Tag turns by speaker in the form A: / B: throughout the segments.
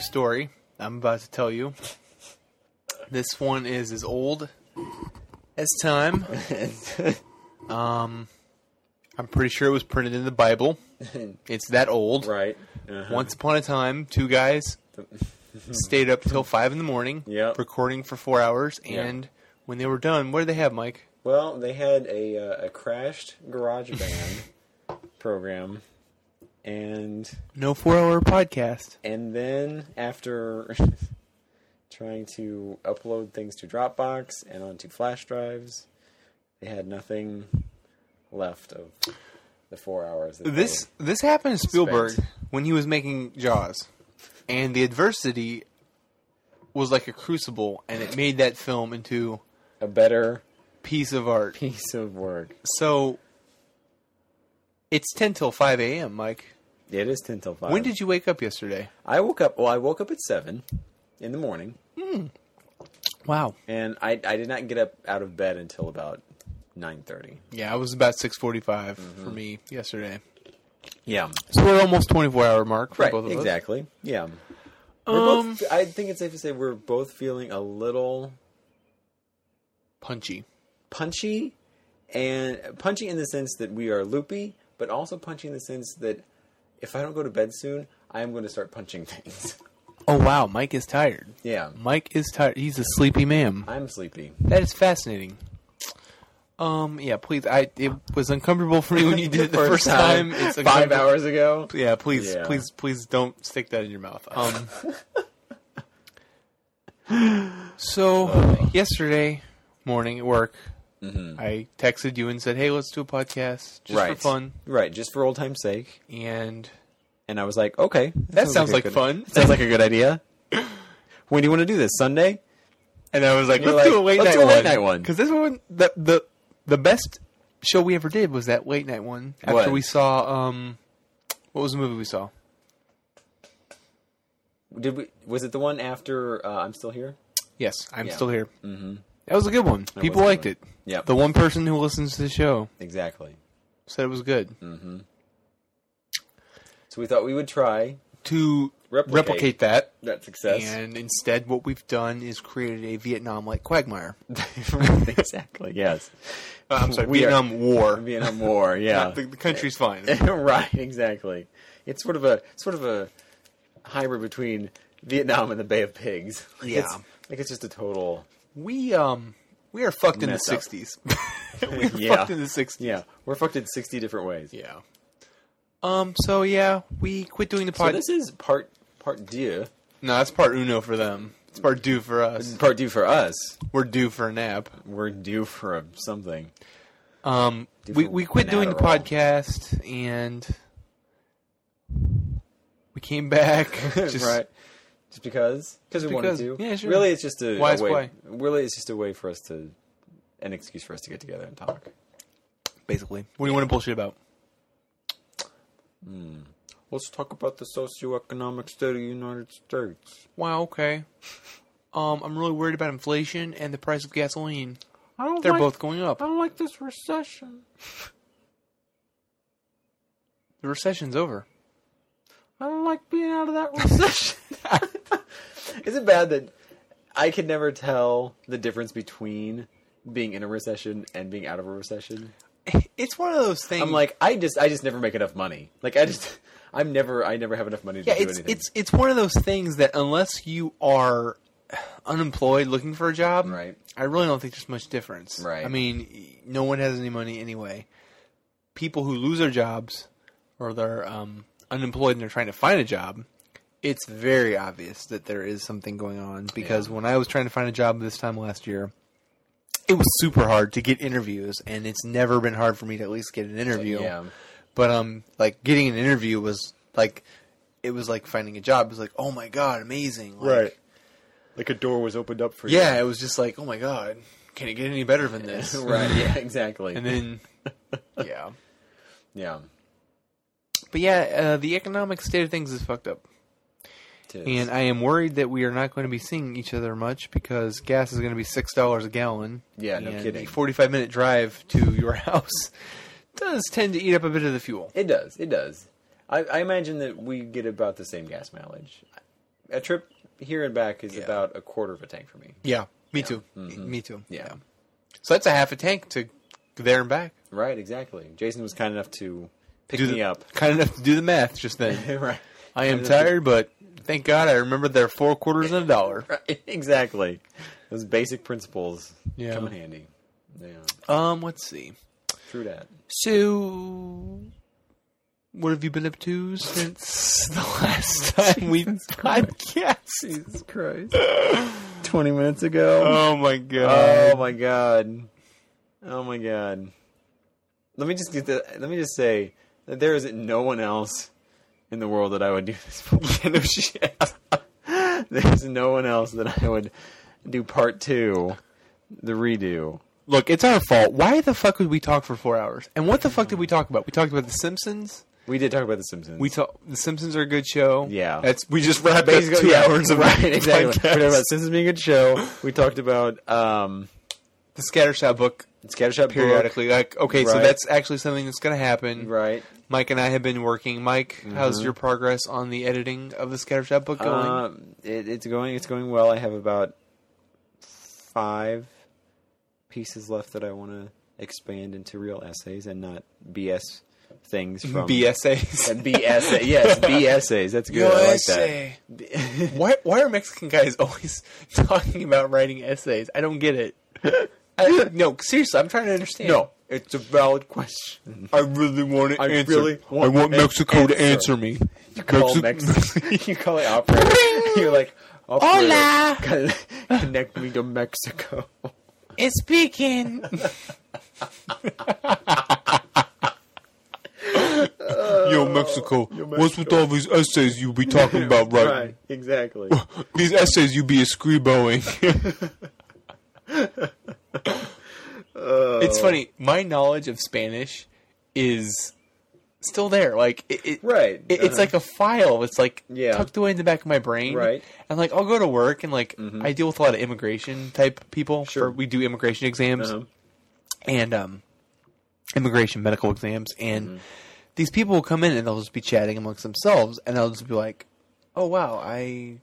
A: story I'm about to tell you. This one is as old as time. Um, I'm pretty sure it was printed in the Bible. It's that old.
B: right. Uh-huh.
A: Once upon a time, two guys stayed up till five in the morning,
B: Yep.
A: recording for four hours,
B: Yeah.
A: and when they were done, what did they have, Mike?
B: Well, they had a uh, a crashed garage band program, and
A: No four-hour podcast.
B: and then after trying to upload things to Dropbox and onto flash drives, they had nothing left of the four hours. That
A: This
B: they-
A: this happened to Spielberg
B: Spent.
A: when he was making Jaws, and the adversity was like a crucible, and it made that film into
B: a better
A: piece of art.
B: piece of work.
A: So it's ten till five a.m. Mike,
B: It is ten till five.
A: when did you wake up yesterday?
B: I woke up? Well, I woke up at seven in the morning,
A: Wow.
B: and I I did not get up out of bed until about nine thirty.
A: Yeah, it was about six for me yesterday.
B: Yeah.
A: Mm-hmm. So we're almost twenty four hour mark for
B: Right.
A: both of us.
B: Exactly. Yeah. We're
A: Um,
B: both, I think it's safe to say we're both feeling a little
A: Punchy.
B: punchy, and punchy in the sense that we are loopy, but also punchy in the sense that if I don't go to bed soon, I am going to start punching things.
A: Oh wow, Mike is tired.
B: yeah.
A: Mike is tired. He's a sleepy man.
B: I'm sleepy.
A: That is fascinating. Um, yeah, please. I it was uncomfortable for me when you did it the first, time. It's
B: five
A: uncomfortable.
B: hours ago.
A: Yeah, please,
B: Yeah.
A: please, please don't stick that in your mouth. Um. so yesterday morning at work, I texted you and said, "Hey, let's do a podcast just
B: Mm-hmm. right.
A: for fun."
B: Right. Just for old time's sake.
A: And
B: And I was like, okay,
A: That sounds like
B: a good-
A: fun.
B: Sounds like a good idea. when do you want to do this? Sunday.
A: and I was like,
B: You're
A: "Let's
B: like,
A: do a late
B: let's
A: night
B: do a late
A: one."
B: night one.
A: because this one the the the best show we ever did was that late night one after
B: What?
A: we saw um what was the movie we saw.
B: Did we? Was it the one after uh, I'm still here?
A: Yes, I'm
B: Yeah.
A: still here. Mm-hmm. That was a good one. People
B: was a good
A: liked
B: one.
A: it.
B: Yep.
A: The one person who listens to the show
B: Exactly.
A: said it was good.
B: Mm. So we thought we would try
A: To replicate,
B: Replicate.
A: that,
B: that success.
A: and instead, what we've done is created a Vietnam-like quagmire.
B: exactly. Yes.
A: Uh, I'm sorry,
B: We are-
A: Vietnam War.
B: Vietnam War. Yeah.
A: The, the country's fine.
B: right. Exactly. It's sort of a sort of a hybrid between Vietnam and the Bay of Pigs. Like
A: Yeah.
B: It's, like it's just a total.
A: We um we are fucked in the
B: Mess up.
A: '60s. we are
B: Yeah.
A: fucked in the '60s.
B: Yeah. We're fucked in sixty different ways.
A: Yeah. Um. So yeah, we quit doing the
B: So
A: pod.
B: this is part part due.
A: no, that's part uno for them. It's part due for us.
B: Part due for us.
A: We're due for a nap.
B: We're due for a, something.
A: Um. We we quit doing the
B: Adderall.
A: podcast and we came back. Just,
B: right. Just because? Because we
A: because-
B: wanted to.
A: yeah, sure.
B: Really, it's just a, a
A: Wise
B: way.
A: play.
B: Really, it's just a way for us to, an excuse for us to get together and talk.
A: Basically, what do you want to bullshit about?
B: Let's talk about the socioeconomic state of the United States.
A: Wow. Okay. Um. I'm really worried about inflation and the price of gasoline.
B: I don't
A: They're both going up.
B: don't like this recession.
A: The recession's over.
B: I don't like being out of that recession. Is it bad that I could never tell the difference between being in a recession and being out of a recession?
A: It's one of those things.
B: I'm like, I just, I just never make enough money. Like, I just, I'm never, I never have enough money to
A: Yeah,
B: do
A: it's
B: anything.
A: it's it's one of those things that unless you are unemployed looking for a job,
B: Right.
A: I really don't think there's much difference.
B: Right.
A: I mean, no one has any money anyway. People who lose their jobs or they're um, unemployed and they're trying to find a job, it's very obvious that there is something going on because when I was trying to find a job this time last year, it was super hard to get interviews and it's never been hard for me to at least get an interview.
B: Yeah.
A: But um, like getting an interview was like, it was like finding a job. It was like, oh my god, amazing! Like,
B: Like a door was opened up for
A: Yeah, it was just like, oh my god, can it get any better than this?
B: right. Yeah. Exactly.
A: And then, yeah.
B: yeah.
A: But yeah, uh, the economic state of things is fucked up,
B: Tis.
A: and I am worried that we are not going to be seeing each other much because gas is going to be six dollars a gallon.
B: Yeah, no
A: and
B: kidding.
A: A forty-five minute drive to your house does tend to eat up a bit of the fuel.
B: it does. It does. I, I imagine that we get about the same gas mileage, a trip here and back is
A: Yeah.
B: about a quarter of a tank for me. Um,
A: Yeah, me too. Me too.
B: Mm-hmm. Yeah.
A: So that's a half a tank to there and back.
B: Right, exactly. Jason was kind enough to pick
A: Do
B: me
A: the,
B: up.
A: Kind enough to do the math just then.
B: right.
A: I am tired, but thank God I remember there are four quarters and a dollar.
B: Right, exactly. Those basic principles
A: Yeah.
B: come in handy. Yeah,
A: Um, let's see.
B: true that.
A: So, what have you been up to since the last time we podcast?
B: Jesus Christ. 20 minutes ago.
A: Oh my
B: Oh
A: god!
B: my god. Oh my god. Let me just get the, let me just say that there isn't no one else in the world that I would do this for. no shit. There's no one else that I would do part 2, the redo.
A: Look, it's our fault. Why the fuck would we talk for four hours? And what the fuck did we talk about? We talked about The Simpsons.
B: We did talk about the Simpsons.
A: We talk. The Simpsons are a good show.
B: Yeah.
A: that's we just wrapped up
B: basically
A: two hours of
B: right exactly. We talked
A: podcast.
B: about Simpsons being a good show. We talked about um,
A: the Scattershot book
B: Scattershot
A: periodically. Like, okay, so
B: Right.
A: that's actually something that's going to happen.
B: book, right?
A: Mike and I have been working. Mike, how's your progress on the editing of the Scattershot book going?
B: Um, it, it's going. It's going well. I have about five pieces left that I want to expand into real essays and not BS things from
A: BSAs.
B: And BS. Yes, BSAs. That's um, good. I like that.
A: essay. Why, why are Mexican guys always talking about writing essays? I don't get it. I, no, seriously, I'm trying to understand.
B: no, it's a valid question.
A: I really want to
B: I really want
A: I want
B: an
A: Mexico to
B: answer.
A: answer me. You
B: call Mexico. you call it operator. You're like, operator,
A: Hola.
B: con- connect me to Mexico.
A: It's speaking. Yo, Mexico, what's with all these essays you be talking about,
B: Right, exactly. Um,
A: These essays you be escriboing. it's funny. My knowledge of Spanish is still there. Like it, it-
B: Right,
A: it- it's
B: uh-huh.
A: like a file. It's like
B: Yeah.
A: tucked away in the back of my brain.
B: Right. Mm-hmm.
A: And like I'll go to work and like I deal with a lot of immigration type people.
B: Sure.
A: For, we do immigration exams
B: Um,
A: and um, immigration medical exams, and
B: Mm-hmm.
A: these people will come in and they'll just be chatting amongst themselves, and they'll just be like, "Oh wow, I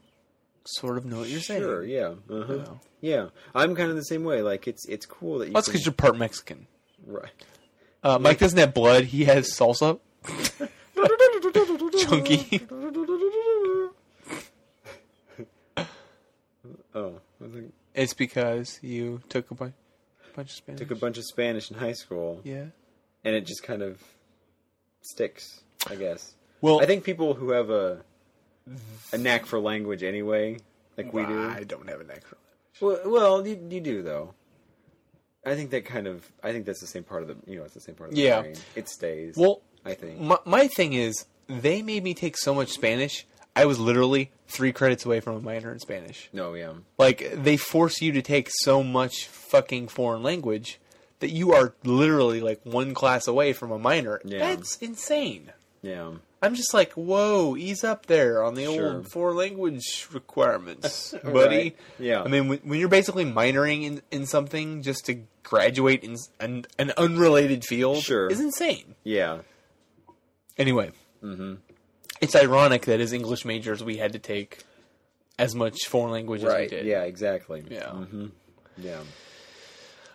A: sort of know what you're
B: sure,
A: saying."
B: yeah, uh-huh. yeah. I'm kind of the same way. Like, it's it's cool that you.
A: That's
B: can-
A: because you're part Mexican.
B: right.
A: Uh, Mike doesn't have blood; he has salsa. Chunky.
B: Oh, I think
A: It's because you took a bunch, bunch of Spanish.
B: I took a bunch of Spanish in high school,
A: yeah.
B: and it just kind of sticks, I guess.
A: Well,
B: I think people who have a a knack for language anyway, like we do.
A: don't have an accent.
B: Well, well, you, you do though. I think that kind of. I think that's the same part of the. You know, it's the same part of the
A: Yeah.
B: brain. It stays.
A: Well,
B: I think.
A: my, my thing is they made me take so much Spanish. I was literally three credits away from a minor in Spanish.
B: no, yeah.
A: Like they force you to take so much fucking foreign language that you are literally like one class away from a minor.
B: Yeah.
A: That's insane.
B: Yeah.
A: I'm just like, whoa, ease up there on the
B: Sure.
A: old foreign language requirements, buddy.
B: Right. Yeah.
A: I mean, when, when you're basically minoring in, in something just to graduate in s- an, an unrelated field
B: Sure.
A: is insane.
B: Yeah.
A: Anyway,
B: Mm-hmm.
A: it's ironic that as English majors, we had to take as much foreign language
B: Right.
A: as we did.
B: Yeah, exactly. Mm-hmm.
A: Yeah.
B: Yeah.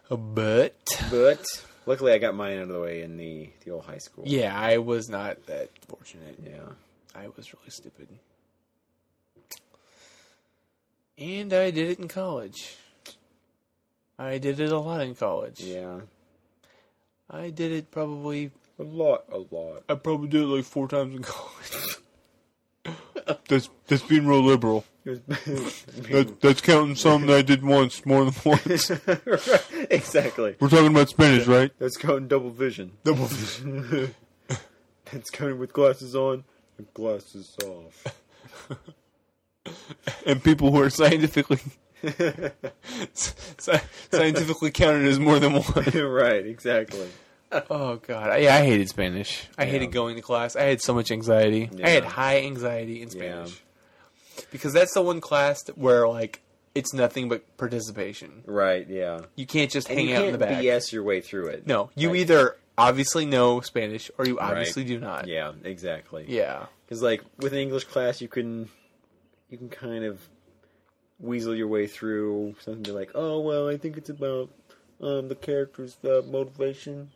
A: But
B: But luckily I got mine out of the way in the the old high school.
A: Yeah, I was not that fortunate.
B: Yeah.
A: I was really stupid. And I did it in college. I did it a lot in college.
B: Yeah.
A: I did it probably
B: A lot, a lot.
A: I probably did it like four times in college. that's that's being real liberal. That, that's counting some that I did once more than once.
B: exactly.
A: We're talking about Spanish, right?
B: That's going double vision.
A: Double
B: That's going with glasses on and glasses off.
A: and people who are scientifically sci- scientifically counted as more than one.
B: right, exactly.
A: Oh god, I, I hated Spanish. I hated going to class. I had so much anxiety. I had
B: Yeah.
A: high anxiety in
B: Yeah.
A: Spanish because that's the one class that- where like it's nothing but participation.
B: Right, yeah.
A: You can't just
B: And
A: hang
B: you
A: out
B: can't
A: in the back.
B: BS your way through it.
A: No, you
B: Like,
A: either obviously know Spanish or you obviously do not.
B: Yeah, exactly.
A: Yeah.
B: Because like with an English class, you can you can kind of weasel your way through something be like, oh well, I think it's about um, the character's uh, motivation.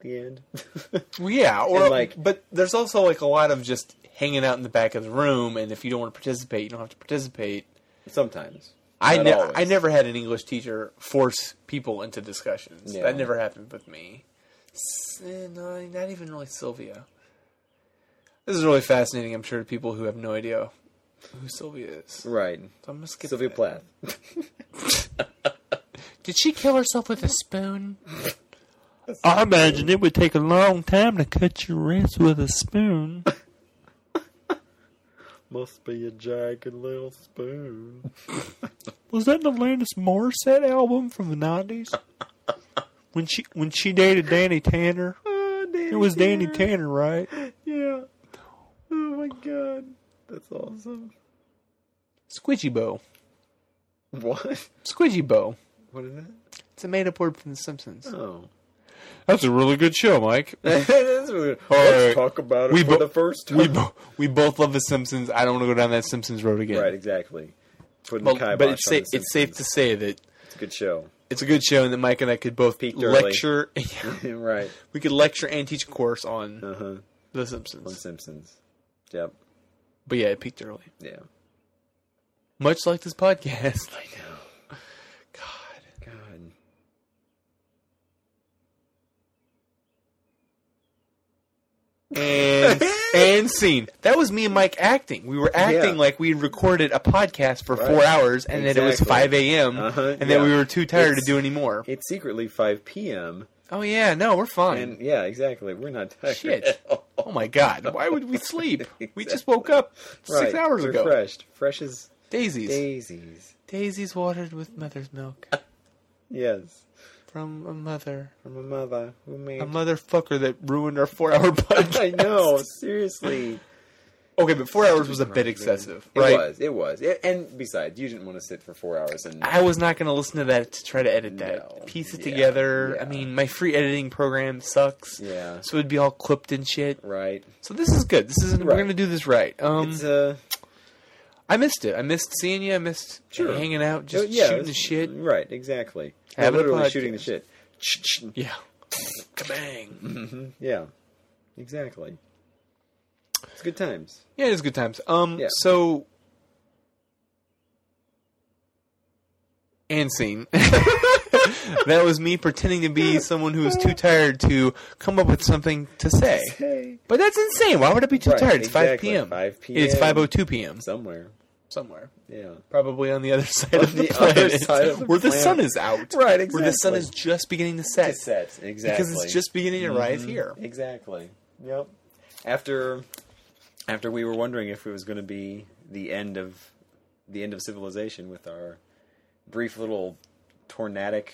B: The end.
A: Well, yeah, or
B: And,
A: like,
B: like-
A: but there's also like a lot of just hanging out in the back of the room, and if you don't want to participate, you don't have to participate.
B: Sometimes.
A: I
B: Not
A: ne-
B: always.
A: I never had an English teacher force people into discussions.
B: Yeah.
A: That never happened with me. S- eh, no, not even really Sylvia. This is really fascinating. I'm sure to people who have no idea who Sylvia is. So
B: Right.
A: I'm gonna skip
B: Sylvia
A: that.
B: Plath.
A: Did she kill herself with a spoon? I imagine it would take a long time to cut your wrist with a spoon.
B: Must be a jagged little spoon.
A: Was that the Landis Morissette album from the nineties? when she when she dated Danny Tanner,
B: Oh, Danny
A: it was Danny
B: Tanner.
A: Tanner, right?
B: Yeah. Oh my god. That's awesome.
A: Squidgy bow,
B: What?
A: squidgy bow.
B: What is that?
A: It's a made up word from The Simpsons.
B: Oh.
A: That's a really good show, Mike.
B: That's weird. Let's
A: right.
B: talk about it
A: We
B: for
A: bo-
B: the first time.
A: we bo- we both love The Simpsons. I don't want to go down that Simpsons road again.
B: right, exactly. Putting
A: Well,
B: the kibosh
A: but it's
B: on
A: sa-
B: the
A: it's safe
B: Simpsons.
A: to say that
B: It's a good show.
A: it's a good show, and that Mike and I could both
B: Peaked early.
A: lecture.
B: right.
A: we could lecture and teach a course on
B: Uh huh.
A: The
B: On
A: Simpsons.
B: Simpsons. Yep.
A: But yeah, it peaked early,
B: Yeah.
A: much like this podcast.
B: I know.
A: God.
B: God.
A: and and scene. That was me and Mike acting. We were acting
B: Yeah.
A: like we recorded a podcast for four
B: Right.
A: hours, and that it was
B: Exactly.
A: five a.m.
B: Uh-huh,
A: and that
B: yeah.
A: we were too tired
B: It's-
A: to do any more.
B: It's secretly 5 p.m.
A: Oh yeah, no, we're fine.
B: And yeah, exactly. We're not tired.
A: Shit.
B: at all.
A: oh my god, why would we sleep? We just woke up six
B: Right.
A: hours
B: We're
A: ago.
B: Fresh. Fresh as
A: Daisies,
B: daisies.
A: daisies watered with mother's milk
B: Yes.
A: from a mother,
B: From a mother who made.
A: a motherfucker that ruined our four-hour podcast.
B: I know. Seriously.
A: Okay, but four hours was a bit excessive,
B: It
A: right?
B: was. It was. It- and besides, you didn't want to sit for four hours and.
A: I was not going to listen to that to try to edit that.
B: No.
A: Piece it
B: Yeah,
A: together. I
B: yeah.
A: mean, my free editing program sucks.
B: Yeah.
A: So it'd be all clipped and shit.
B: Right.
A: So this is good. This is we're
B: Right.
A: going to do this right. Um
B: It's uh,
A: I missed it. I missed seeing you. I missed
B: Sure.
A: hanging out, just
B: it- oh, yeah,
A: shooting
B: it's-
A: the shit.
B: Right. Exactly.
A: Having a
B: literally shooting the
A: podcast.
B: shit.
A: Yeah. Kabang.
B: Yeah. Exactly. It's good times.
A: Yeah, it was good times. Um
B: Yeah.
A: so and scene. that was me pretending to be someone who was too tired to come up with something to say.
B: Hey.
A: But that's insane. Why would I be too
B: Right,
A: tired? It's
B: exactly.
A: 5 p.m.
B: 5 p.m..
A: It's 5:02 p.m.
B: Somewhere.
A: somewhere.
B: Yeah.
A: Probably on the other side
B: On
A: of the,
B: the other
A: planet,
B: side of the
A: where the
B: planet.
A: sun is out.
B: Right,
A: Where the sun
B: exactly.
A: is just beginning to set.
B: Cassettes. Exactly. Mm-hmm.
A: Because it's just beginning to rise here.
B: Exactly. Yep. After after we were wondering if it was going to be the end of the end of civilization with our brief little tornadic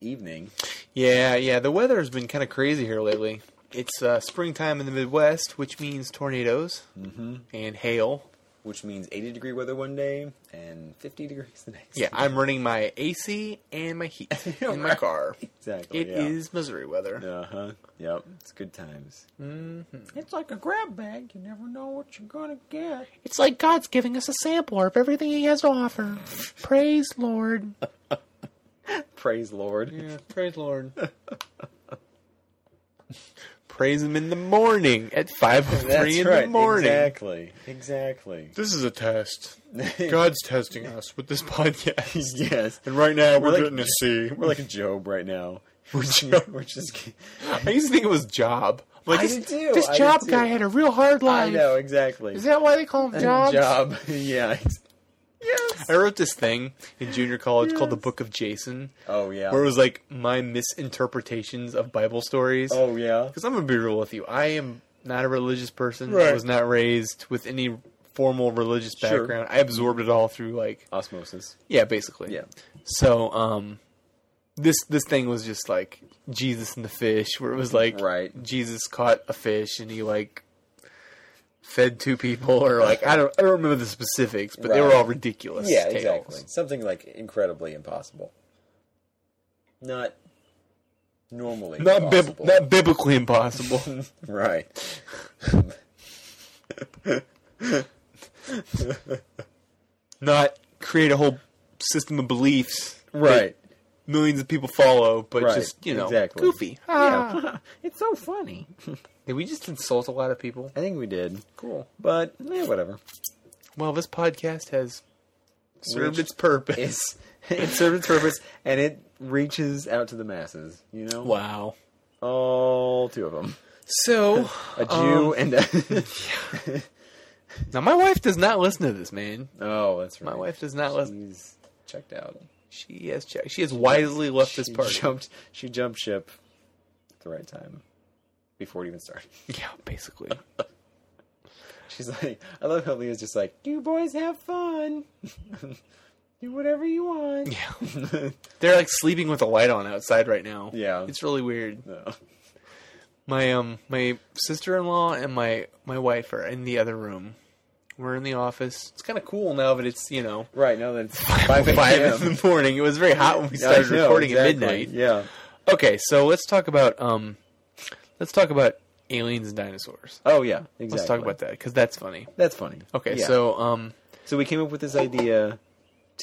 B: evening.
A: Yeah, yeah. The weather has been kind of crazy here lately. It's uh, springtime in the Midwest, which means tornadoes
B: Mm-hmm.
A: and hail.
B: Which means 80 degree weather one day and 50 degrees the next.
A: Yeah, I'm running my AC and my heat in my car.
B: Exactly.
A: It is
B: yeah.
A: Missouri weather.
B: Uh huh. Yep. It's good times.
A: Mm-hmm.
C: It's like a grab bag. You never know what you're gonna get.
A: It's like God's giving us a sampler of everything He has to offer. Praise Lord.
B: Praise Lord.
A: Yeah, praise Lord. praise Him in the morning at five oh
B: That's
A: three in
B: right.
A: the morning.
B: Exactly. Exactly.
A: This is a test. God's testing us with this podcast,
B: yes.
A: and right now we're,
B: We're like-
A: getting to see.
B: We're like Job right now.
A: We're Job.
B: We're just.
A: I used to think it was Job. Like
B: I
A: this,
B: did too,
A: this
B: I did
A: Job
B: too.
A: guy had a real hard
B: I
A: life.
B: know exactly.
A: Is that why they call him Job?
B: Job. yeah. ex- Yes.
A: I wrote this thing in junior college called the Book of Jason,
B: Oh yeah.
A: where it was like my misinterpretations of Bible stories.
B: oh yeah.
A: Because I'm gonna be real with you, I am not a religious person. I
B: Right.
A: was not raised with any formal religious
B: Sure.
A: background. I absorbed it all through like
B: Osmosis.
A: yeah, basically.
B: Yeah.
A: So um, this this thing was just like Jesus and the fish, where it was like
B: Right.
A: Jesus caught a fish and he like fed two people, or like I don't I don't remember the specifics, but they were
B: Right.
A: all ridiculous.
B: Yeah,
A: tales.
B: exactly. Something like incredibly impossible. Not normally.
A: Not bib-
B: possible.
A: not biblically impossible.
B: Right.
A: Not create a whole system of beliefs
B: Right.
A: millions of people follow, but
B: Right,
A: just you know,
B: exactly.
A: goofy. Ah.
C: It's so funny.
A: Did we just insult a lot of people?
B: I think we did.
C: Cool.
B: But, eh, whatever.
A: Well, this podcast has served
B: Reached
A: its purpose.
B: It's, it served its purpose, and it reaches out to the masses, you know?
A: wow.
B: All two of them.
A: So um,
B: A Jew and a...
A: now, my wife does not listen to this, man.
B: oh, that's right.
A: My wife does not listen.
B: She's checked out.
A: She has checked. She has wisely left this
B: She
A: party.
B: jumped, she jumped ship at the right time. Before it even started.
A: Yeah, basically.
B: She's like, I love how Leah's just like, you boys have fun. Do whatever you want.
A: Yeah, they're like sleeping with a light on outside right now.
B: Yeah.
A: it's really weird.
B: No.
A: My um, my sister-in-law and my my wife are in the other room. We're in the office. It's kind of cool now that it's you know
B: Right, no, that's
A: 5
B: 5
A: in
B: a.m.
A: the morning. It was very hot when we started
B: I know,
A: recording
B: exactly.
A: at midnight.
B: Yeah.
A: Okay, so let's talk about um, let's talk about aliens and dinosaurs.
B: Oh, yeah, exactly.
A: Let's talk about that because that's funny.
B: That's funny.
A: Okay,
B: Yeah.
A: so um,
B: So we came up with this idea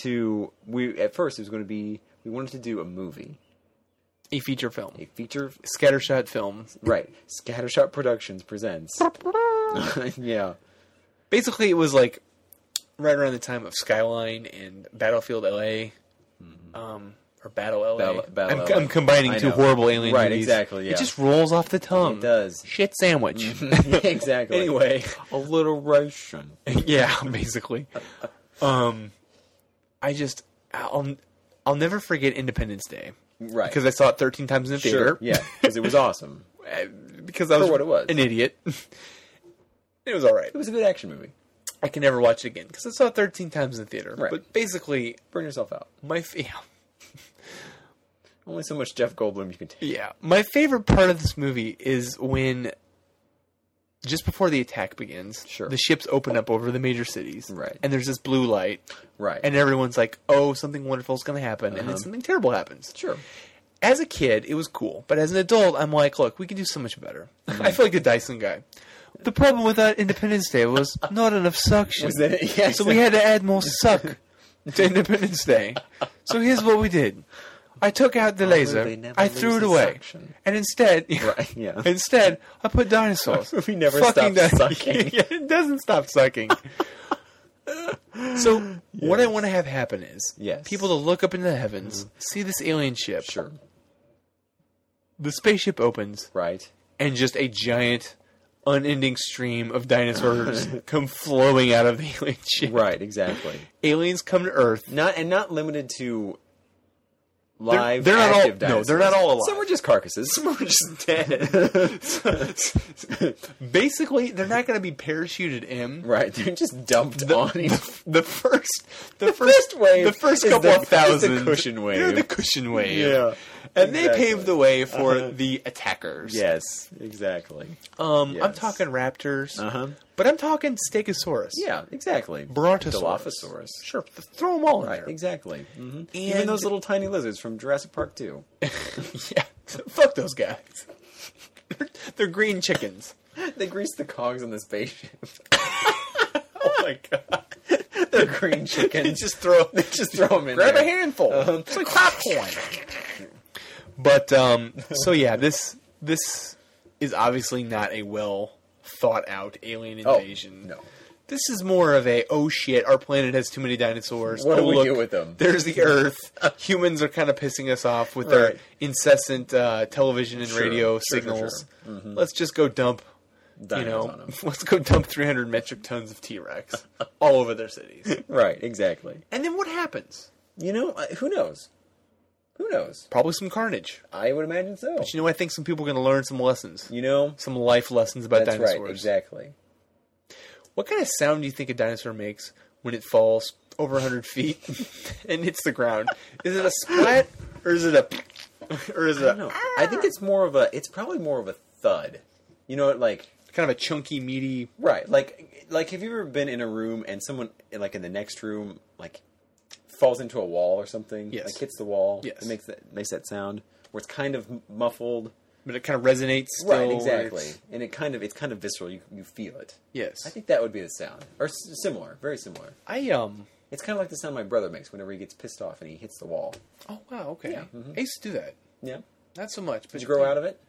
B: to we at first it was going to be we wanted to do a movie,
A: a feature film,
B: a feature,
A: scattershot film.
B: right? Scattershot Productions presents. yeah,
A: Basically, it was like right around the time of Skyline and Battlefield LA, um, or Battle LA.
B: Mm-hmm. Battle- Battle
A: I'm,
B: LA.
A: I'm combining
B: I
A: two
B: know.
A: horrible alien
B: Right,
A: movies.
B: exactly, yeah.
A: It just rolls off the tongue.
B: It does. Mm-hmm.
A: Shit sandwich.
B: exactly.
A: anyway.
B: alliteration.
A: yeah, basically. Um, I just I'll I'll never forget Independence Day
B: Right.
A: because I saw it 13 times in the theater.
B: sure.
A: Uh,
B: Yeah, because it was awesome.
A: because I was,
B: what it was.
A: an idiot. it was all right.
B: It was a good action movie.
A: I can never watch it again because I saw it 13 times in the theater.
B: Right.
A: But basically,
B: Burn yourself out.
A: my fa- yeah,
B: Only so much Jeff Goldblum you can take.
A: yeah, my favorite part of this movie is when just before the attack begins,
B: Sure.
A: the ships open up over the major cities,
B: Right.
A: And there's this blue light,
B: Right. Uh-huh.
A: and everyone's like, "Oh, something wonderful is going to happen," and then something terrible happens.
B: sure.
A: As a kid, it was cool, but as an adult, I'm like, "Look, we can do so much better." I feel like the Dyson guy. The problem with that Independence Day was not enough suction.
B: Was it? Yeah.
A: So we had to add more suck to Independence Day. So here's what we did. I took out the
B: Oh, they
A: laser.
B: never
A: I
B: lose
A: threw it
B: the
A: away.
B: suction.
A: And instead,
B: Right, yeah.
A: instead, I put dinosaurs.
B: We never stopped sucking.
A: yeah, it doesn't stop sucking. so what I want to have happen is
B: Yes.
A: people to look up into the heavens, see this alien ship.
B: Sure.
A: The spaceship opens
B: Right.
A: and just a giant unending stream of dinosaurs come flowing out of the alien ship.
B: Right. Exactly.
A: Aliens come to Earth.
B: Not and not limited to
A: They're-
B: live.
A: they're not all-
B: active
A: no,
B: dinosaurs.
A: they're not all alive.
B: Some were just carcasses. Some were just dead.
A: basically they're not going to be parachuted in.
B: right, they're just dumped on you.
A: The first, the,
B: first wave
A: the first
B: is
A: couple
B: the-
A: of
B: is the
A: thousand,
B: cushion
A: They're
B: wave.
A: the cushion wave,
B: Yeah,
A: and they
B: exactly. Uh-huh.
A: paved the way for the attackers.
B: Yes, exactly.
A: um, I'm
B: yes.
A: talking raptors,
B: Uh huh.
A: but I'm talking stegosaurus.
B: Yeah, exactly.
A: brontosaurus,
B: Dilophosaurus.
A: Sure, th- throw them all in
B: Right,
A: there.
B: exactly. hmm Even
A: And-
B: those little tiny lizards from Jurassic Park 2.
A: Yeah, fuck those guys. They're- they're green chickens.
B: they greased the cogs on the spaceship.
A: oh my god!
B: They're green
A: They
B: chickens.
A: just throw.
B: They just throw them in
A: grab
B: there.
A: a handful. It's like popcorn. Uh-huh. but um, so yeah, this this is obviously not a well thought out alien
B: Oh,
A: invasion.
B: no.
A: This is more of a oh shit, our planet has too many dinosaurs.
B: What do
A: Oh,
B: we
A: look,
B: do with them?
A: There's the Earth. Humans are kind of pissing us off with
B: Right.
A: their incessant uh, television and
B: Sure,
A: radio
B: sure, sure,
A: signals. Let's just go dump.
B: Dinos
A: You know,
B: on 'em.
A: let's go dump 300 metric tons of T Rex all over their cities.
B: Right, exactly.
A: And then what happens?
B: You know, I- who knows? Who knows?
A: Probably some carnage.
B: I would imagine so.
A: But you know, I think some people are going to learn some lessons,
B: You know,
A: some life lessons about
B: that's
A: dinosaurs.
B: right. Exactly.
A: What kind of sound do you think a dinosaur makes when it falls over 100 feet and hits the ground? Is it a splat or is it a or is it
B: I
A: a,
B: don't know. I think it's more of a. It's probably more of a thud. You know, like
A: kind of a chunky, meaty?
B: right, like like have you ever been in a room and someone like in the next room like falls into a wall or something?
A: Yes.
B: Like hits the wall.
A: Yes.
B: It makes that makes that sound where it's kind of muffled.
A: but it kind of resonates. Still
B: right,
A: and
B: exactly.
A: it's-
B: And it kind of it's kind of visceral. You you feel it.
A: Yes,
B: I think that would be the sound, or s- similar, very similar.
A: I um.
B: It's kind of like the sound my brother makes whenever he gets pissed off and he hits the wall.
A: Oh wow, okay.
B: Yeah,
A: I used to do that.
B: Yeah.
A: Not so much. But
B: Did you grow out of it?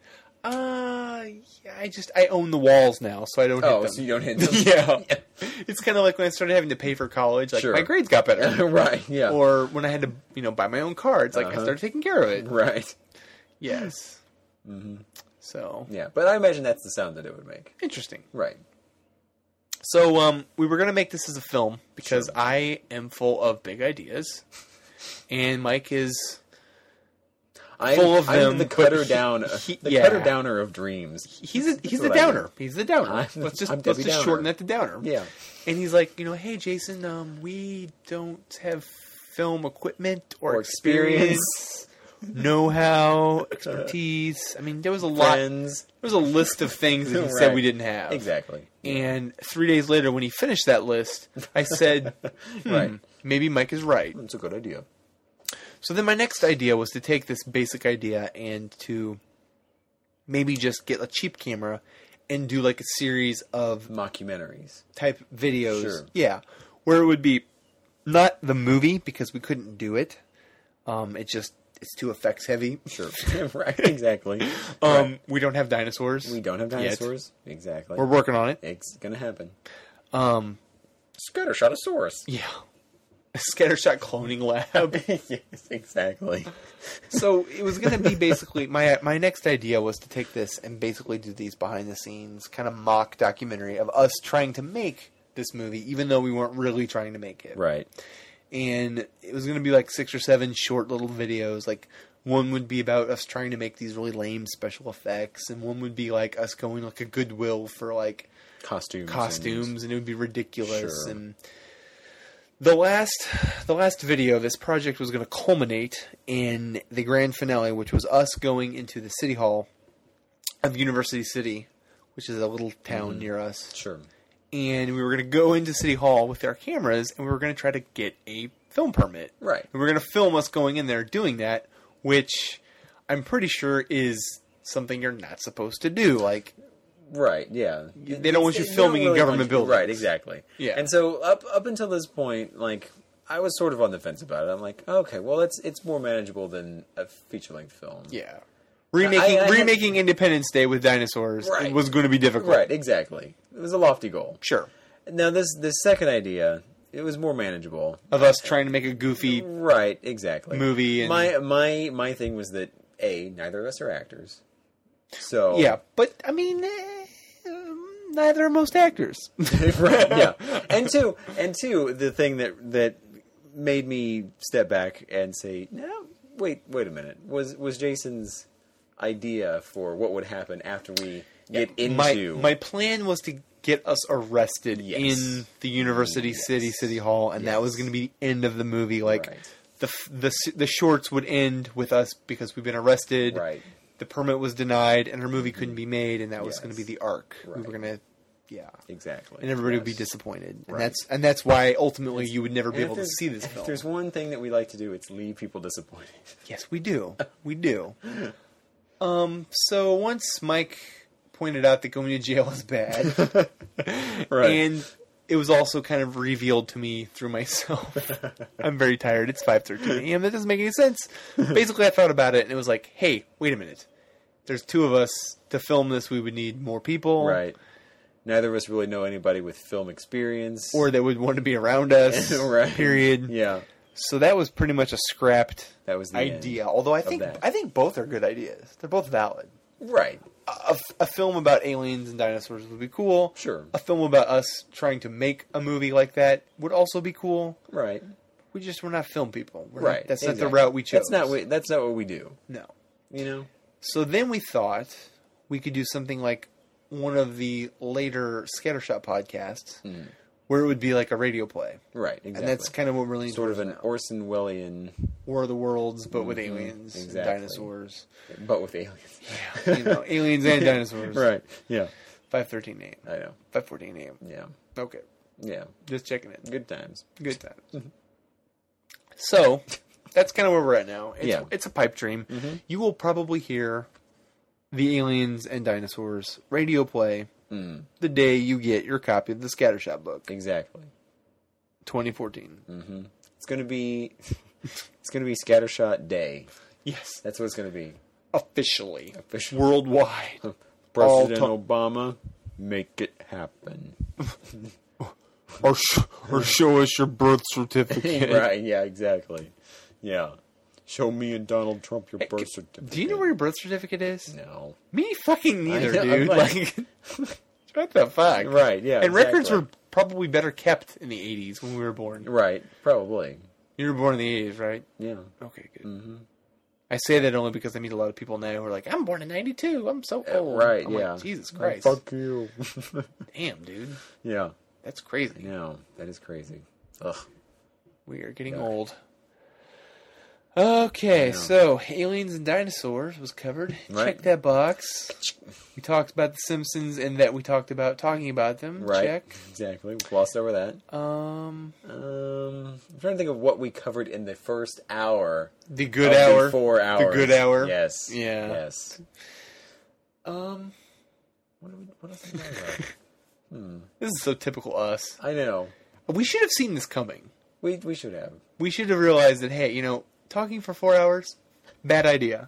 A: Uh, yeah, I just I own the walls now, so I don't.
B: Oh,
A: hit
B: so
A: them.
B: you don't hit them.
A: yeah. it's kind of like when I started having to pay for college. Like
B: Sure.
A: my grades got better,
B: right. Yeah.
A: or when I had to you know buy my own cards. Like I
B: Uh-huh.
A: started taking care of it.
B: right.
A: Yes. Mm-hmm. So
B: Yeah. But I imagine that's the sound that it would make.
A: interesting.
B: Right.
A: So um, we were gonna make this as a film because I am full of big ideas, and Mike is
B: I'm,
A: Full of
B: I'm
A: them,
B: the
A: but
B: cutter
A: he-
B: down,
A: he-
B: the
A: yeah.
B: cutter downer of dreams.
A: he's a, he's the
B: what I do.
A: downer. He's the downer.
B: I'm-
A: let's just
B: I'm
A: let's
B: Debbie
A: just
B: Downer.
A: shorten that to downer.
B: Yeah.
A: And he's like, you know, hey Jason, um, we don't have film equipment or,
B: Or
A: experience,
B: experience.
A: know-how, expertise. I mean, there was a lot. There
B: Friends.
A: was a list of things that he
B: Right.
A: said we didn't have.
B: Exactly.
A: And three days later, when he finished that list, I said, hmm,
B: Right.
A: maybe Mike is right.
B: It's a good idea.
A: So then my next idea was to take this basic idea and to maybe just get a cheap camera and do like a series of
B: Mockumentaries.
A: type videos.
B: Sure.
A: Yeah. Where it would be not the movie because we couldn't do it. Um, it just it's too effects heavy.
B: Sure. right. Exactly.
A: Um, we don't have dinosaurs.
B: We don't have
A: yet.
B: dinosaurs. Exactly.
A: We're working on it.
B: it's gonna happen.
A: Um,
B: Scatter shot a source.
A: yeah. Scattershot cloning lab.
B: yes, exactly.
A: so it was going to be basically my my next idea was to take this and basically do these behind the scenes kind of mock documentary of us trying to make this movie, even though we weren't really trying to make it.
B: Right.
A: and it was going to be like six or seven short little videos. Like one would be about us trying to make these really lame special effects, and one would be like us going like a goodwill for like
B: Costumes. and-
A: costumes, and it would be ridiculous.
B: Sure.
A: And the last, the last video, of this project was going to culminate in the grand finale, which was us going into the city hall of University City, which is a little
B: Mm-hmm.
A: town near us
B: Sure.
A: and we were going to go into City Hall with our cameras and we were going to try to get a film permit.
B: Right.
A: And we are going to film us going in there doing that, which I'm pretty sure is something you're not supposed to do. Like,
B: Right. Yeah. They
A: don't want you filming in government
B: building. Right.
A: buildings.
B: Exactly.
A: Yeah.
B: And so up up until this point, like I was sort of on the fence about it. I'm like, okay, well, it's it's more manageable than a feature length film.
A: yeah. Remaking
B: I- I-
A: remaking Independence Day with dinosaurs
B: Right.
A: was going to be difficult.
B: Right. Exactly. It was a lofty goal.
A: Sure.
B: Now this this second idea, it was more manageable.
A: Of us trying to make a goofy
B: Right, exactly.
A: movie and-
B: My my my thing was that a neither of us are actors, so
A: Yeah, but I mean eh, um, neither are most actors.
B: right, yeah. And two, and two, the thing that that made me step back and say, no, wait, wait a minute, was was Jason's idea for what would happen after we get
A: my
B: into
A: my plan was to get us arrested
B: Yes.
A: in the University City City Hall, and that was going to be the end of the movie. Like
B: Right.
A: the f- the s- the shorts would end with us because we've been arrested.
B: Right.
A: The permit was denied, and our movie couldn't be made, and that was
B: Yes.
A: going to be the arc. We
B: Right.
A: were going to, yeah.
B: exactly,
A: And everybody would be
B: Yes.
A: disappointed, and
B: Right.
A: that's and that's why ultimately you would never be
B: And if
A: able to
B: there's-
A: see this
B: If
A: film.
B: there's one thing that we like to do, it's leave people disappointed.
A: Yes, we do. We do. Um, so once Mike pointed out that going to jail is bad,
B: Right.
A: and it was also kind of revealed to me through myself. I'm very tired. It's 5:13 a.m. That doesn't make any sense. Basically, I thought about it and it was like, "Hey, wait a minute. There's two of us to film this. We would need more people,
B: Right. Neither of us really know anybody with film experience.
A: Or that would want to be around us.
B: Right.
A: Period.
B: yeah,
A: So that was pretty much a scrapped
B: that was the
A: idea. Although I think
B: that.
A: I think both are good ideas. They're both valid.
B: End. Right.
A: a, a film about aliens and dinosaurs would be cool.
B: Sure.
A: A film about us trying to make a movie like that would also be cool.
B: Right.
A: We just we're not film people. We're not-
B: Right.
A: that's not the
B: exactly.
A: route we chose.
B: That's not we, that's not what we do.
A: no.
B: You know.
A: So then we thought we could do something like one of the later Scattershot podcasts, where it would be like a radio play,
B: Right. Hmm. Exactly.
A: and that's kind of what we're leaning
B: sort of
A: towards
B: an Orson Wellesian,
A: War of the Worlds, but with aliens and
B: exactly.
A: dinosaurs.
B: but with aliens.
A: you know, aliens and dinosaurs.
B: Right. Yeah.
A: Five thirteen a.m.
B: I know.
A: Five fourteen a.m.
B: Yeah.
A: Okay,
B: Yeah.
A: just checking it.
B: Good times.
A: good times.
B: Mm-hmm.
A: So that's kind of where we're at now. It's,
B: Yeah. Mm-hmm.
A: it's a pipe dream. You will probably hear The Aliens and Dinosaurs radio play
B: Mm.
A: the day you get your copy of the Scattershot book,
B: Exactly.
A: 2014.
B: Mm. It's gonna be it's gonna be scattershot day.
A: Yes,
B: That's what it's gonna be.
A: officially,
B: Official.
A: worldwide.
B: President
A: All
B: Obama, make it happen.
A: or sh- or show us your birth certificate.
B: right? Yeah, exactly. Yeah. Show me and Donald Trump your birth certificate.
A: Do you know where your birth certificate is?
B: No.
A: Me fucking neither,
B: I know, I'm
A: dude.
B: like-
A: Like, what the fuck?
B: Right, yeah,
A: And records
B: exactly.
A: were probably better kept in the '80s when we were born.
B: Right. Probably.
A: You were born in the '80s, right?
B: Yeah.
A: Okay, good.
B: Mm-hmm.
A: I say that only because I meet a lot of people now who are like, "I'm born in '92. I'm so old."
B: right,
A: I'm
B: yeah.
A: Like, Jesus Christ.
B: Fuck you.
A: Damn, dude.
B: yeah.
A: That's crazy.
B: No, that is crazy. Ugh.
A: We are getting old. Okay, so aliens and dinosaurs was covered.
B: Right.
A: Check that box. We talked about the Simpsons and that we talked about talking about them.
B: Right.
A: Check.
B: Exactly. We glossed over that.
A: Um,
B: Um, I'm trying to think of what we covered in the first hour.
A: the good
B: of the
A: hour.
B: Four hours.
A: The good hour.
B: Yes.
A: Yeah.
B: Yes.
A: Um,
B: What, do we, what else did we talk about?
A: this is so typical us.
B: I know.
A: We should have seen this coming.
B: We we should have.
A: We should have realized that. Hey, you know, talking for four hours, bad idea.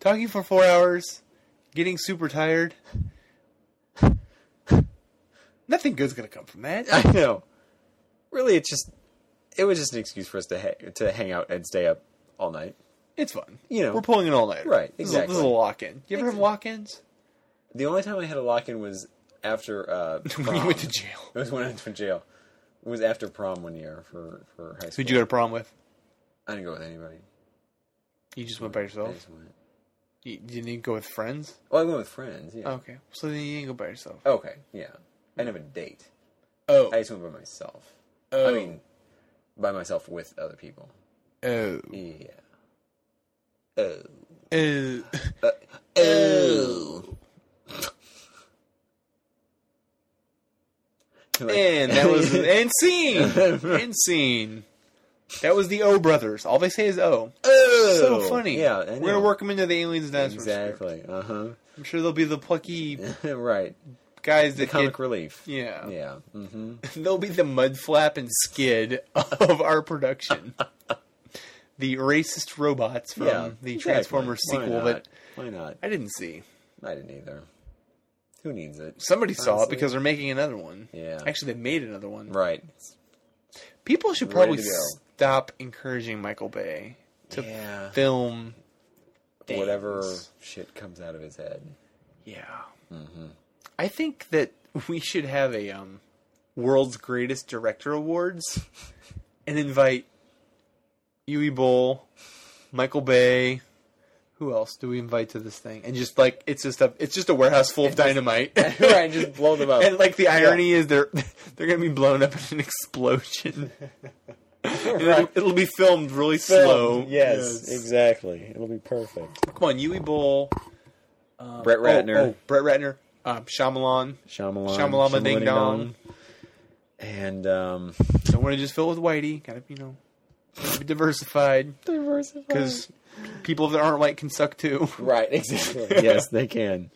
A: Talking for four hours, getting super tired. Nothing good's gonna come from that.
B: I know. Really, it's just it was just an excuse for us to ha- to hang out and stay up all night.
A: It's fun.
B: You know.
A: we're pulling an all nighter.
B: Right,
A: This is a- This is a
B: exactly.
A: lock in. You ever have lock ins?
B: The only time I had a lock in was after uh,
A: When you
B: prom.
A: went to jail.
B: It was when I went to jail. It was after prom one year for for high school.
A: Who'd you go to prom with?
B: I didn't go with anybody.
A: You just went by
B: I
A: yourself.
B: just went.
A: You, you didn't go with friends.
B: Well, I went with friends. Yeah.
A: Okay, so then you didn't go by yourself.
B: Okay. Yeah. I didn't have a date.
A: Oh,
B: I just went by myself. I
A: Oh.
B: mean, by myself with other people.
A: oh,
B: Yeah. Oh. Uh,
A: oh.
B: Oh.
A: and that was and scene and scene. That was the O brothers. All they say is O.
B: oh.
A: So funny.
B: Yeah. I
A: we're
B: know.
A: gonna work them into the aliens and dinosaurs. script.
B: Exactly. Uh huh.
A: I'm sure they'll be the plucky
B: right.
A: guys
B: The
A: that
B: comic
A: get,
B: relief.
A: yeah.
B: Yeah. Mm-hmm.
A: They'll be the mudflap and skid of our production. the racist robots from
B: yeah.
A: the
B: exactly.
A: Transformers
B: Why
A: sequel
B: not?
A: that
B: Why not?
A: I didn't see.
B: I didn't either. Who needs it?
A: Somebody saw it
B: Honestly.
A: because they're making another one.
B: Yeah.
A: Actually, they made another one.
B: Right.
A: People should
B: Ready
A: probably
B: to go.
A: stop encouraging Michael Bay to
B: Yeah.
A: film things.
B: Whatever shit comes out of his head.
A: Yeah.
B: Mm-hmm.
A: I think that we should have a um, world's greatest director awards and invite Yui Bowl, Michael Bay. Who else do we invite to this thing? And just like it's just a it's just a warehouse full of dynamite.
B: right. Just blow them up.
A: and like the irony is they're they're gonna be blown up in an explosion. And it'll, it'll be filmed really slow.
B: Yes, exactly. It'll be perfect.
A: Come on, Yui Bowl,
B: Brett Ratner,
A: oh, oh, Brett Ratner, um, Shyamalan, Shyamalama
B: Shyamalan, Shyamalan
A: Ding Dong.
B: and um,
A: Don't want to just fill with whitey. Gotta be, you know, gotta be diversified.
B: diversified.
A: Because people that aren't white can suck too.
B: right, exactly. yes, they can.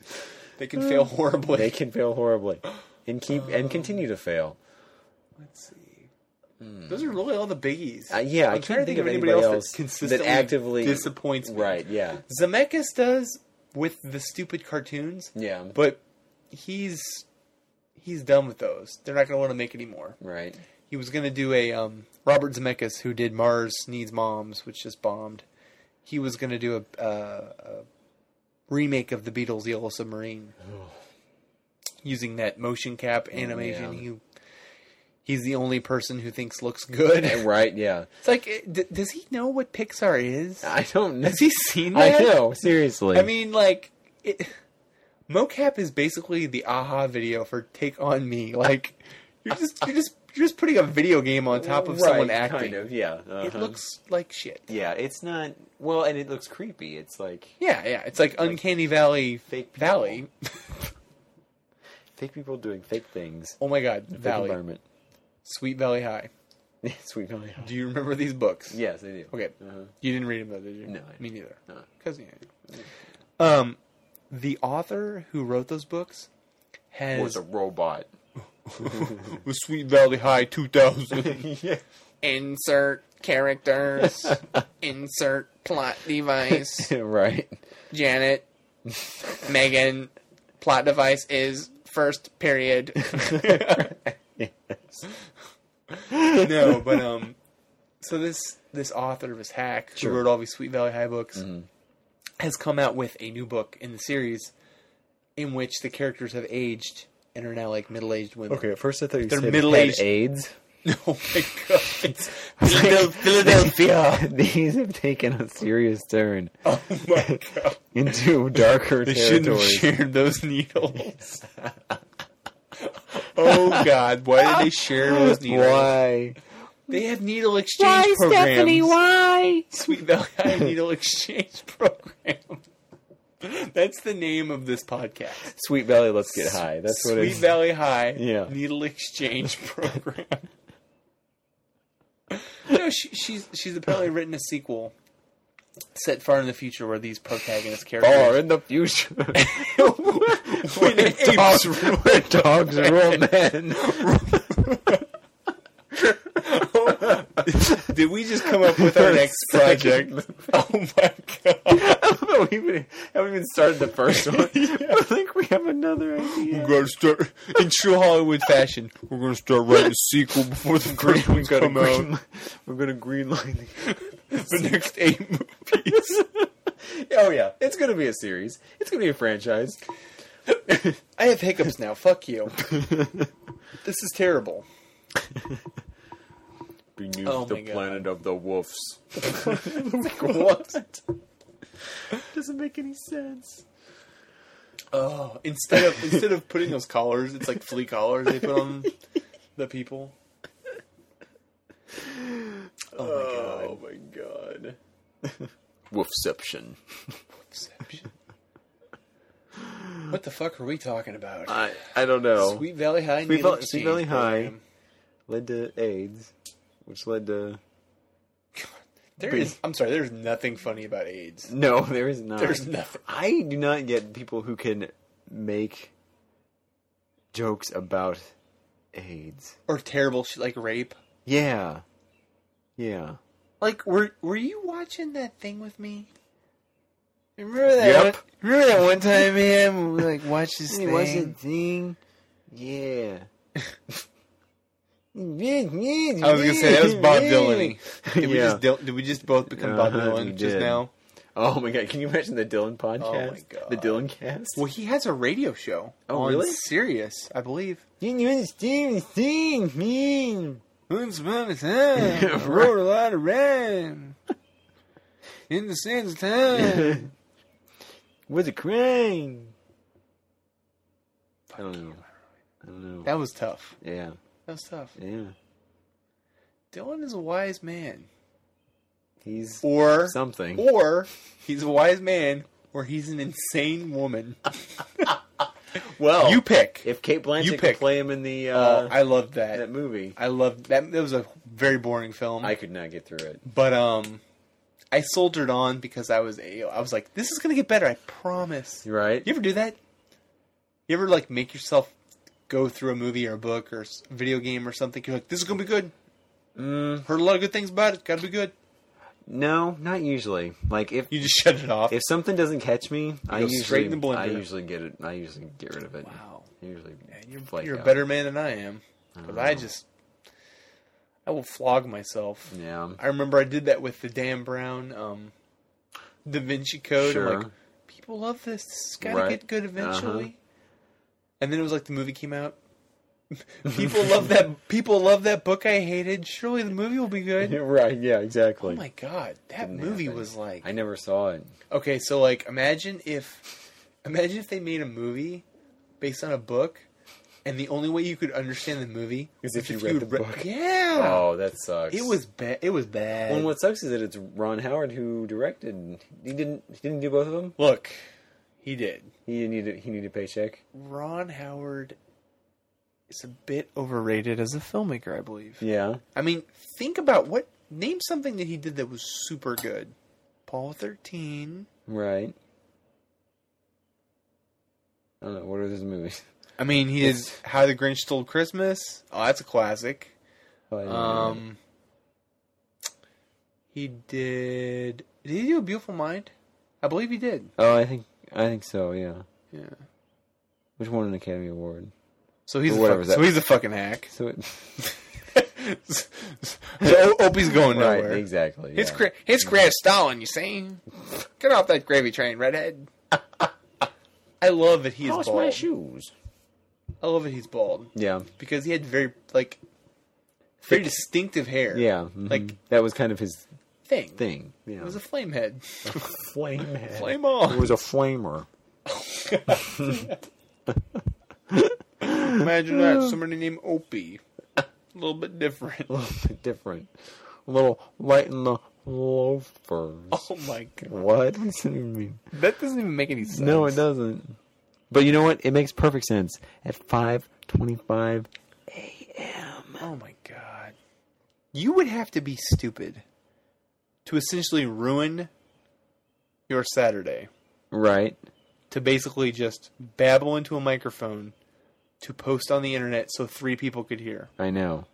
A: They can fail horribly.
B: They can fail horribly, and keep
A: Um,
B: and continue to fail.
A: Let's see. Those are really all the biggies.
B: Uh, yeah, I'm I
A: I'm
B: can
A: trying to
B: not think
A: think
B: of
A: of anybody
B: anybody,
A: else
B: else
A: that consistently
B: actively
A: disappoints me.
B: Right. Yeah.
A: Zemeckis does with the stupid cartoons,
B: Yeah.
A: but he's he's done with those. They're not gonna want to make any more.
B: right.
A: He was gonna do a um, Robert Zemeckis who did Mars Needs Moms, which just bombed. He was gonna do a, uh, a remake of the Beatles' Yellow Submarine using that motion cap
B: Oh,
A: animation.
B: yeah.
A: He he's the only person who thinks looks good. It's
B: Right. Yeah.
A: like, it- d- does he know what Pixar is?
B: I don't know.
A: Has he seen
B: I
A: that?
B: know. Seriously.
A: I mean, like, it, mocap is basically the aha video for "Take on Me." Like, you're just you're just you're just putting a video game on top of someone
B: Right,
A: acting.
B: Kind of. Yeah.
A: It
B: uh-huh.
A: looks like shit.
B: Yeah. It's not. Well, and it looks creepy. It's like
A: Yeah, yeah. It's like Uncanny Valley,
B: fake people.
A: Valley.
B: fake people doing fake things.
A: Oh my God,
B: Fake
A: Valley,
B: environment.
A: Sweet Valley High.
B: Sweet Valley.
A: Do you remember these books?
B: Yes, I do.
A: Okay,
B: Uh-huh.
A: you didn't read them though, did you?
B: No, I
A: me neither.
B: No.
A: Because yeah. Um, the author who wrote those books has
B: was a robot.
A: the Sweet Valley High 2000.
B: yeah.
D: Insert characters. insert plot device.
B: right.
D: Janet. Megan. Plot device is first period.
A: no, but um, so this this author, this hack who wrote all these Sweet Valley High books,
B: Mm-hmm.
A: has come out with a new book in the series, in which the characters have aged and are now like middle aged women.
B: Okay, at first I thought you
A: They're
B: said
A: middle-aged.
B: middle-aged AIDS.
A: Oh my god! It's
B: Philadelphia. These have taken a serious turn
A: oh my god!
B: into darker
A: They shouldn't have
B: territory.
A: shared those needles. oh god! Why did they share those needles?
B: Why?
A: They have needle exchange programs.
B: Why?
A: Sweet Valley High Needle Exchange Program. That's the name of this podcast.
B: Sweet Valley, let's get high. That's what
A: Sweet
B: it's.
A: Valley High
B: Yeah.
A: Needle Exchange Program. no, she, she's she's apparently written a sequel set far in the future where these protagonist
B: Far
A: characters
B: in the future,
A: when the apes
B: where dogs rule men.
A: Did we just come up with our next project? Oh my god!
B: we even, haven't even started the first one. I think we have another idea.
A: We're gonna start in true Hollywood fashion. We're gonna start writing a sequel before the first
B: We're
A: one
B: gonna
A: come out.
B: green, we're gonna green line.
A: the next eight movies.
B: oh yeah, it's gonna be a series. It's gonna be a franchise.
A: I have hiccups now. Fuck you. this is terrible.
B: Beneath
A: Oh
B: the
A: my God.
B: planet of the wolves.
A: What?
B: Doesn't make any sense.
A: Oh, instead of instead of putting those collars, it's like flea collars they put on the people. Oh my god.
B: Oh my god. Wolfception.
A: Inception. What the fuck are we talking about?
B: I I don't know.
A: Sweet Valley High.
B: Sweet
A: Needle
B: Valley- Sweet
A: Exchange
B: Valley High.
A: Program.
B: Led to AIDS, which led to
A: There is. I'm sorry. There's nothing funny about AIDS.
B: no. There is not.
A: There's nothing.
B: I do not get people who can make jokes about AIDS.
A: Or terrible shit like rape.
B: Yeah. Yeah.
A: Like, were were you watching that thing with me? Remember that?
B: Yep.
A: one- remember that one time, man? We like watched this
B: It
A: thing.
B: wasn't thing. Yeah. I
A: I was
B: was
A: gonna say that was Bob Dylan. Did we
B: Yeah.
A: just dil- did we just both become Bob
B: Uh-huh,
A: Dylan
B: we
A: just
B: did.
A: now?
B: Oh my god, can you imagine the Dylan podcast?
A: Oh my God.
B: The Dylan cast?
A: Well, he has a radio show
B: Oh,
A: on
B: really?
A: Sirius, I believe.
B: Can you understand thing? Man.
A: I wrote a lot of rhyme in the sands of time.
B: Was a crane. I don't know. I don't know.
A: That was tough.
B: Yeah.
A: That was tough.
B: Yeah.
A: Dylan is a wise man,
B: He's
A: or
B: something.
A: or he's a wise man, or he's an insane woman.
B: Well,
A: You pick.
B: if Kate
A: you
B: Blanchett
A: pick.
B: could play him in the uh,
A: Oh, I loved that.
B: that movie,
A: I loved that. That was a very boring film,
B: I could not get through it.
A: but um, I soldiered on because I was a. I was like, this is gonna get better. I promise. You
B: Right?
A: ever do that? You ever like make yourself go through a movie or a book or s- video game or something? You're like, this is gonna be good. Mm. Heard a lot of good things about it. Gotta be good.
B: No, not usually. Like if
A: You just shut it off.
B: if something doesn't catch me, I
A: go
B: usually
A: straight in the blender.
B: I usually get it. I usually get rid of it.
A: wow,
B: I usually
A: you're,
B: flake
A: you're a
B: out.
A: better man than I am. Because I
B: know.
A: just, I will flog myself.
B: Yeah.
A: I remember I did that with the Dan Brown um, Da Vinci Code. I'm
B: Sure.
A: like, people love this. This has got to
B: Right.
A: get good eventually.
B: Uh-huh.
A: And then it was like the movie came out. people love that. People love that book I hated. Surely the movie will be good.
B: right. Yeah. Exactly.
A: Oh my god, that
B: Didn't
A: movie
B: happen.
A: was like
B: I never saw it.
A: okay. So like, imagine if, imagine if they made a movie based on a book, and the only way you could understand the movie
B: Is
A: was
B: if you read the
A: re-
B: book.
A: Yeah,
B: Oh, that sucks.
A: Ah. it was bad. It was bad.
B: Well, what sucks is that it's Ron Howard who directed. He didn't. He didn't do both of them.
A: Look, he did.
B: He needed. He needed a paycheck.
A: Ron Howard is a bit overrated as a filmmaker, I believe.
B: Yeah.
A: I mean, think about what name something that he did that was super good. Paul 13,
B: Right. I don't know. What are those movies?
A: I mean, he did How the Grinch Stole Christmas. Oh, that's a classic.
B: Well, I don't know.
A: Um, he did. Did he do A Beautiful Mind? I believe he did.
B: oh, I think I think so. Yeah.
A: Yeah.
B: Which won an Academy Award?
A: So he's
B: Or
A: a
B: whatever
A: fuck-
B: that-
A: so he's a fucking hack.
B: So it,
A: so Opie's going
B: right,
A: nowhere.
B: exactly.
D: His
B: yeah.
D: career, his career is stalling. You see, get off that gravy train, redhead.
A: I love that he's
B: Lost
A: bald.
B: my shoes.
A: I love that he's bald
B: Yeah.
A: because he had very like very distinctive hair.
B: Yeah. mhm.
A: Like-
B: that was kind of his
A: thing.
B: thing. Yeah.
A: It was a flame head.
B: flame
A: Flame on.
B: was a flamer.
A: Imagine that. Somebody named Opie. A little bit different.
B: A little bit different. A little light in the loafers.
A: Oh my god.
B: What? What does that even mean?
A: That doesn't even make any sense.
B: No, it doesn't. But you know what? It makes perfect sense. At five twenty-five,
A: Oh my god. You would have to be stupid to essentially ruin your Saturday
B: right?
A: to basically just babble into a microphone to post on the internet so three people could hear.
B: I know.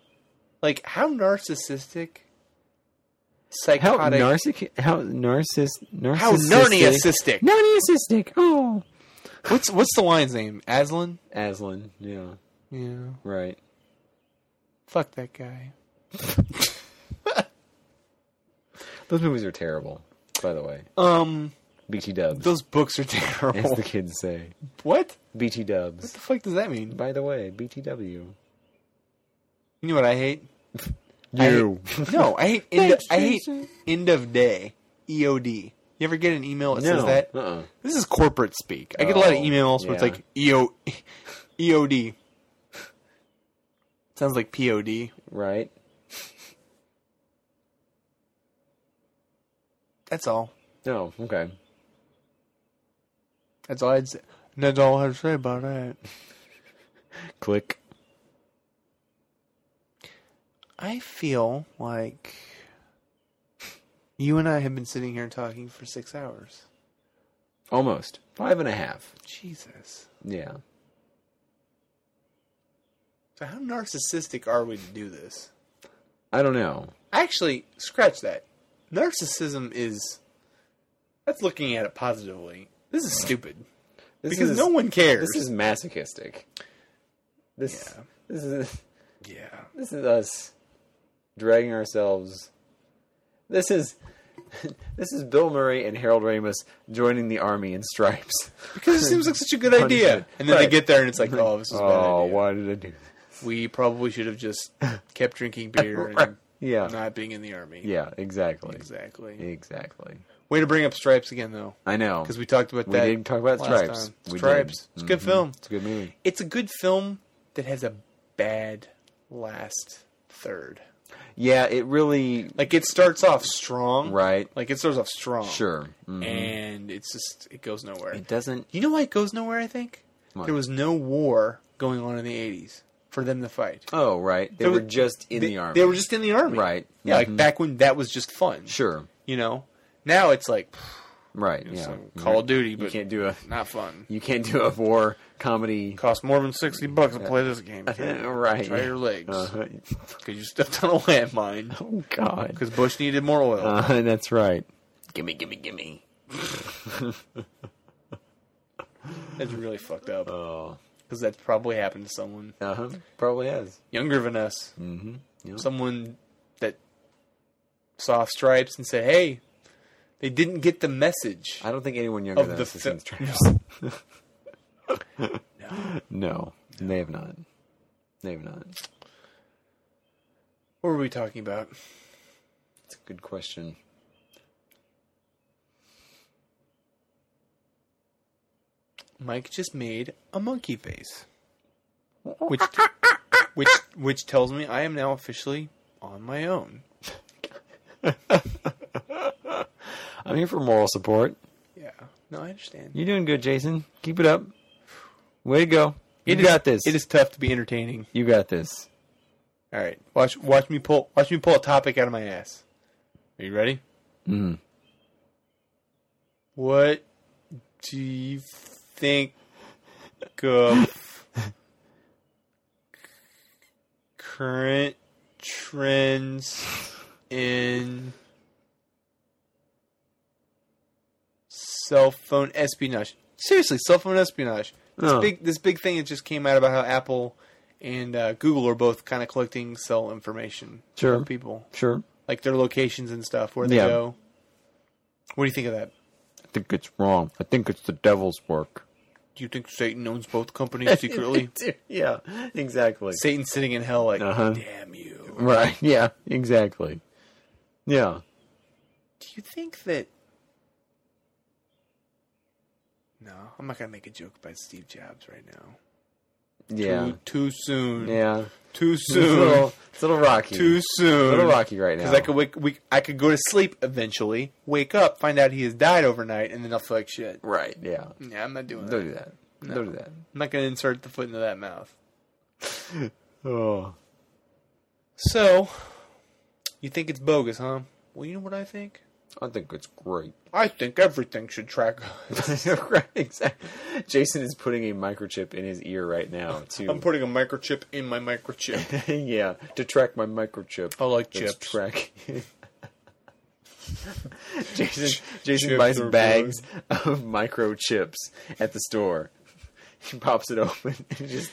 A: Like how narcissistic
B: How
A: psychotic
B: narcissic? How narciss? Narcissistic?
A: How narniacistic.
B: Narniacistic. Oh,
A: What's what's the lion's name? Aslan?
B: Aslan. Yeah.
A: Yeah.
B: Right.
A: Fuck that guy.
B: Those movies are terrible. By the way,
A: Um
B: BT Dubs,
A: those books are
B: as
A: terrible.
B: the kids say.
A: What?
B: BT Dubs.
A: What the fuck does that mean?
B: By the way, BTW.
A: You know what I hate?
B: You.
A: No, I hate end of,
B: Thanks,
A: I hate
B: Jason.
A: end of day EOD. You ever get an email that says that?
B: Uh-uh.
A: This is corporate speak. I get a lot of
B: Oh,
A: emails where it's
B: yeah.
A: like E EO EOD. Sounds like POD.
B: Right.
A: That's all.
B: No. Okay.
A: That's all I'd say. That's all I have to say about that.
B: Click.
A: I feel like you and I have been sitting here talking for six hours.
B: Almost five and a half.
A: Jesus.
B: Yeah.
A: So how narcissistic are we to do this?
B: I don't know.
A: Actually, scratch that. Narcissism is that's looking at it positively. This is stupid
B: This
A: because
B: is,
A: no one cares.
B: This is masochistic. This.
A: Yeah.
B: This is
A: yeah.
B: this is us dragging ourselves. This is this is Bill Murray and Harold Ramis joining the army in stripes.
A: Because it seems like such a good idea, and then they
B: Right.
A: get there and it's like, oh, this is a bad
B: Oh,
A: idea.
B: why did I do? This?
A: We probably should have just kept drinking beer and
B: Yeah.
A: not being in the army.
B: Yeah. Exactly.
A: Exactly.
B: Exactly.
A: Way to bring up stripes again, though,
B: I know.
A: because we talked about
B: We
A: that.
B: didn't talk about
A: last
B: Stripes.
A: time.
B: We did. Mm,
A: Stripes. It's a good film.
B: It's a good movie.
A: It's a good film that has a bad last third.
B: Yeah, it really.
A: Like it starts off strong,
B: Right.
A: Like it starts off strong,
B: Sure. Mm.
A: and it's just it goes nowhere.
B: It doesn't.
A: You know why it goes nowhere? I think
B: Why?
A: there was no war going on in the '80s for them to fight.
B: Oh, right. They
A: There
B: were
A: were-
B: just in
A: they,
B: the army.
A: They were just in the army,
B: Right.
A: Yeah,
B: Mhm.
A: like back when that was just fun.
B: Sure.
A: you know. Now it's like
B: Right.
A: it's
B: yeah. Mm-hmm.
A: like Call of Duty,
B: You
A: but
B: can't do a.
A: not fun.
B: You can't do a war comedy.
A: Cost more than sixty bucks to play this game. kid.
B: right.
A: Try your legs because
B: Uh-huh.
A: you stepped on a landmine.
B: Oh God.
A: Because Bush needed more oil.
B: Uh, that's right. Gimme, gimme, gimme.
A: That's really fucked up.
B: Oh.
A: Because that's probably happened to someone
B: Uh huh. Probably has.
A: younger than us.
B: Mm-hmm. Yep.
A: Someone that saw stripes and said, hey, they didn't get the message.
B: I don't think anyone younger
A: Of
B: than
A: the
B: us has seen
A: fil-
B: Stripes. no. no, they have not. They have not.
A: What were we talking about?
B: It's a good question.
A: Mike just made a monkey face. Which, which, which tells me I am now officially on my own.
B: I'm here for moral support.
A: Yeah. No, I understand.
B: You're doing good, Jason. Keep it up. Way to go. You
A: It is-
B: got this.
A: It is tough to be entertaining.
B: You got this.
A: All right. Watch, watch me pull, watch me pull a topic out of my ass. Are you ready?
B: Mm.
A: What do you think Guff. Current trends in cell phone espionage. Seriously, cell phone espionage. This
B: Oh.
A: big this big thing that just came out about how Apple and uh, Google are both kind of collecting cell information
B: Sure.
A: from people,
B: Sure.
A: like their locations and stuff, where they
B: Yeah.
A: go. What do you think of that?
B: I think it's wrong. I think it's the devil's work.
A: Do you think Satan owns both companies secretly?
B: yeah, exactly.
A: Satan's sitting in hell, like,
B: Uh-huh.
A: damn you.
B: Right. Yeah, exactly. Yeah.
A: Do you think that? No, I'm not gonna make a joke about Steve Jobs right now.
B: Yeah.
A: Too, too soon.
B: Yeah.
A: Too
B: It's a little,
A: soon.
B: it's a little rocky.
A: too
B: a
A: soon.
B: little rocky right now.
A: Because I could wake, we, I could go to sleep eventually, wake up, find out he has died overnight, and then I'll feel like shit.
B: Right. Yeah.
A: Yeah, I'm not doing that.
B: Don't do that. Don't do that.
A: I'm not gonna insert the foot into that mouth.
B: Oh.
A: So, you think it's bogus, huh? Well, you know what I think.
B: I think it's great.
A: I think everything should track.
B: right, exactly. Jason is putting a microchip in his ear right now to
A: I'm putting a microchip in my microchip.
B: yeah to track my microchip.
A: I like
B: That's
A: chips.
B: Track. Jason Jason
A: chips
B: buys
A: are
B: bags of microchips at the store. He pops it open and just.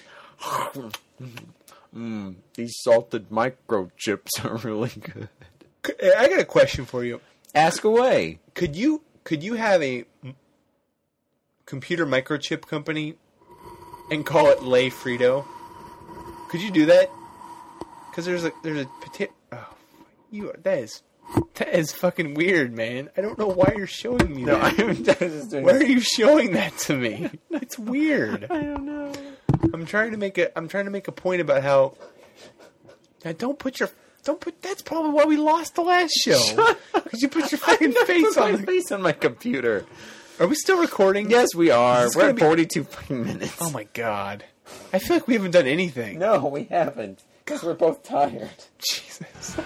B: Mm, these salted microchips are really good.
A: C- uh, I got a question for you.
B: Ask away.
A: Could you could you have a m- computer microchip company and call it Lay Frito? Could you do that? Because there's a there's a pati- oh, you are, that is that is fucking weird, man. I don't know why you're showing me
B: No,
A: that.
B: I'm just doing
A: why are you showing that to me? It's weird.
B: I don't know.
A: I'm trying to make a I'm trying to make a point about how now don't put your don't put that's probably why we lost the last show because you put your fucking face
B: Put my
A: on. The,
B: face on my computer.
A: are we still recording?
B: Yes, we are.
A: is
B: We're
A: gonna
B: at
A: be-
B: 42 fucking minutes.
A: Oh my god, I feel like we haven't done anything.
B: No, we haven't. Because we're both tired.
A: Jesus.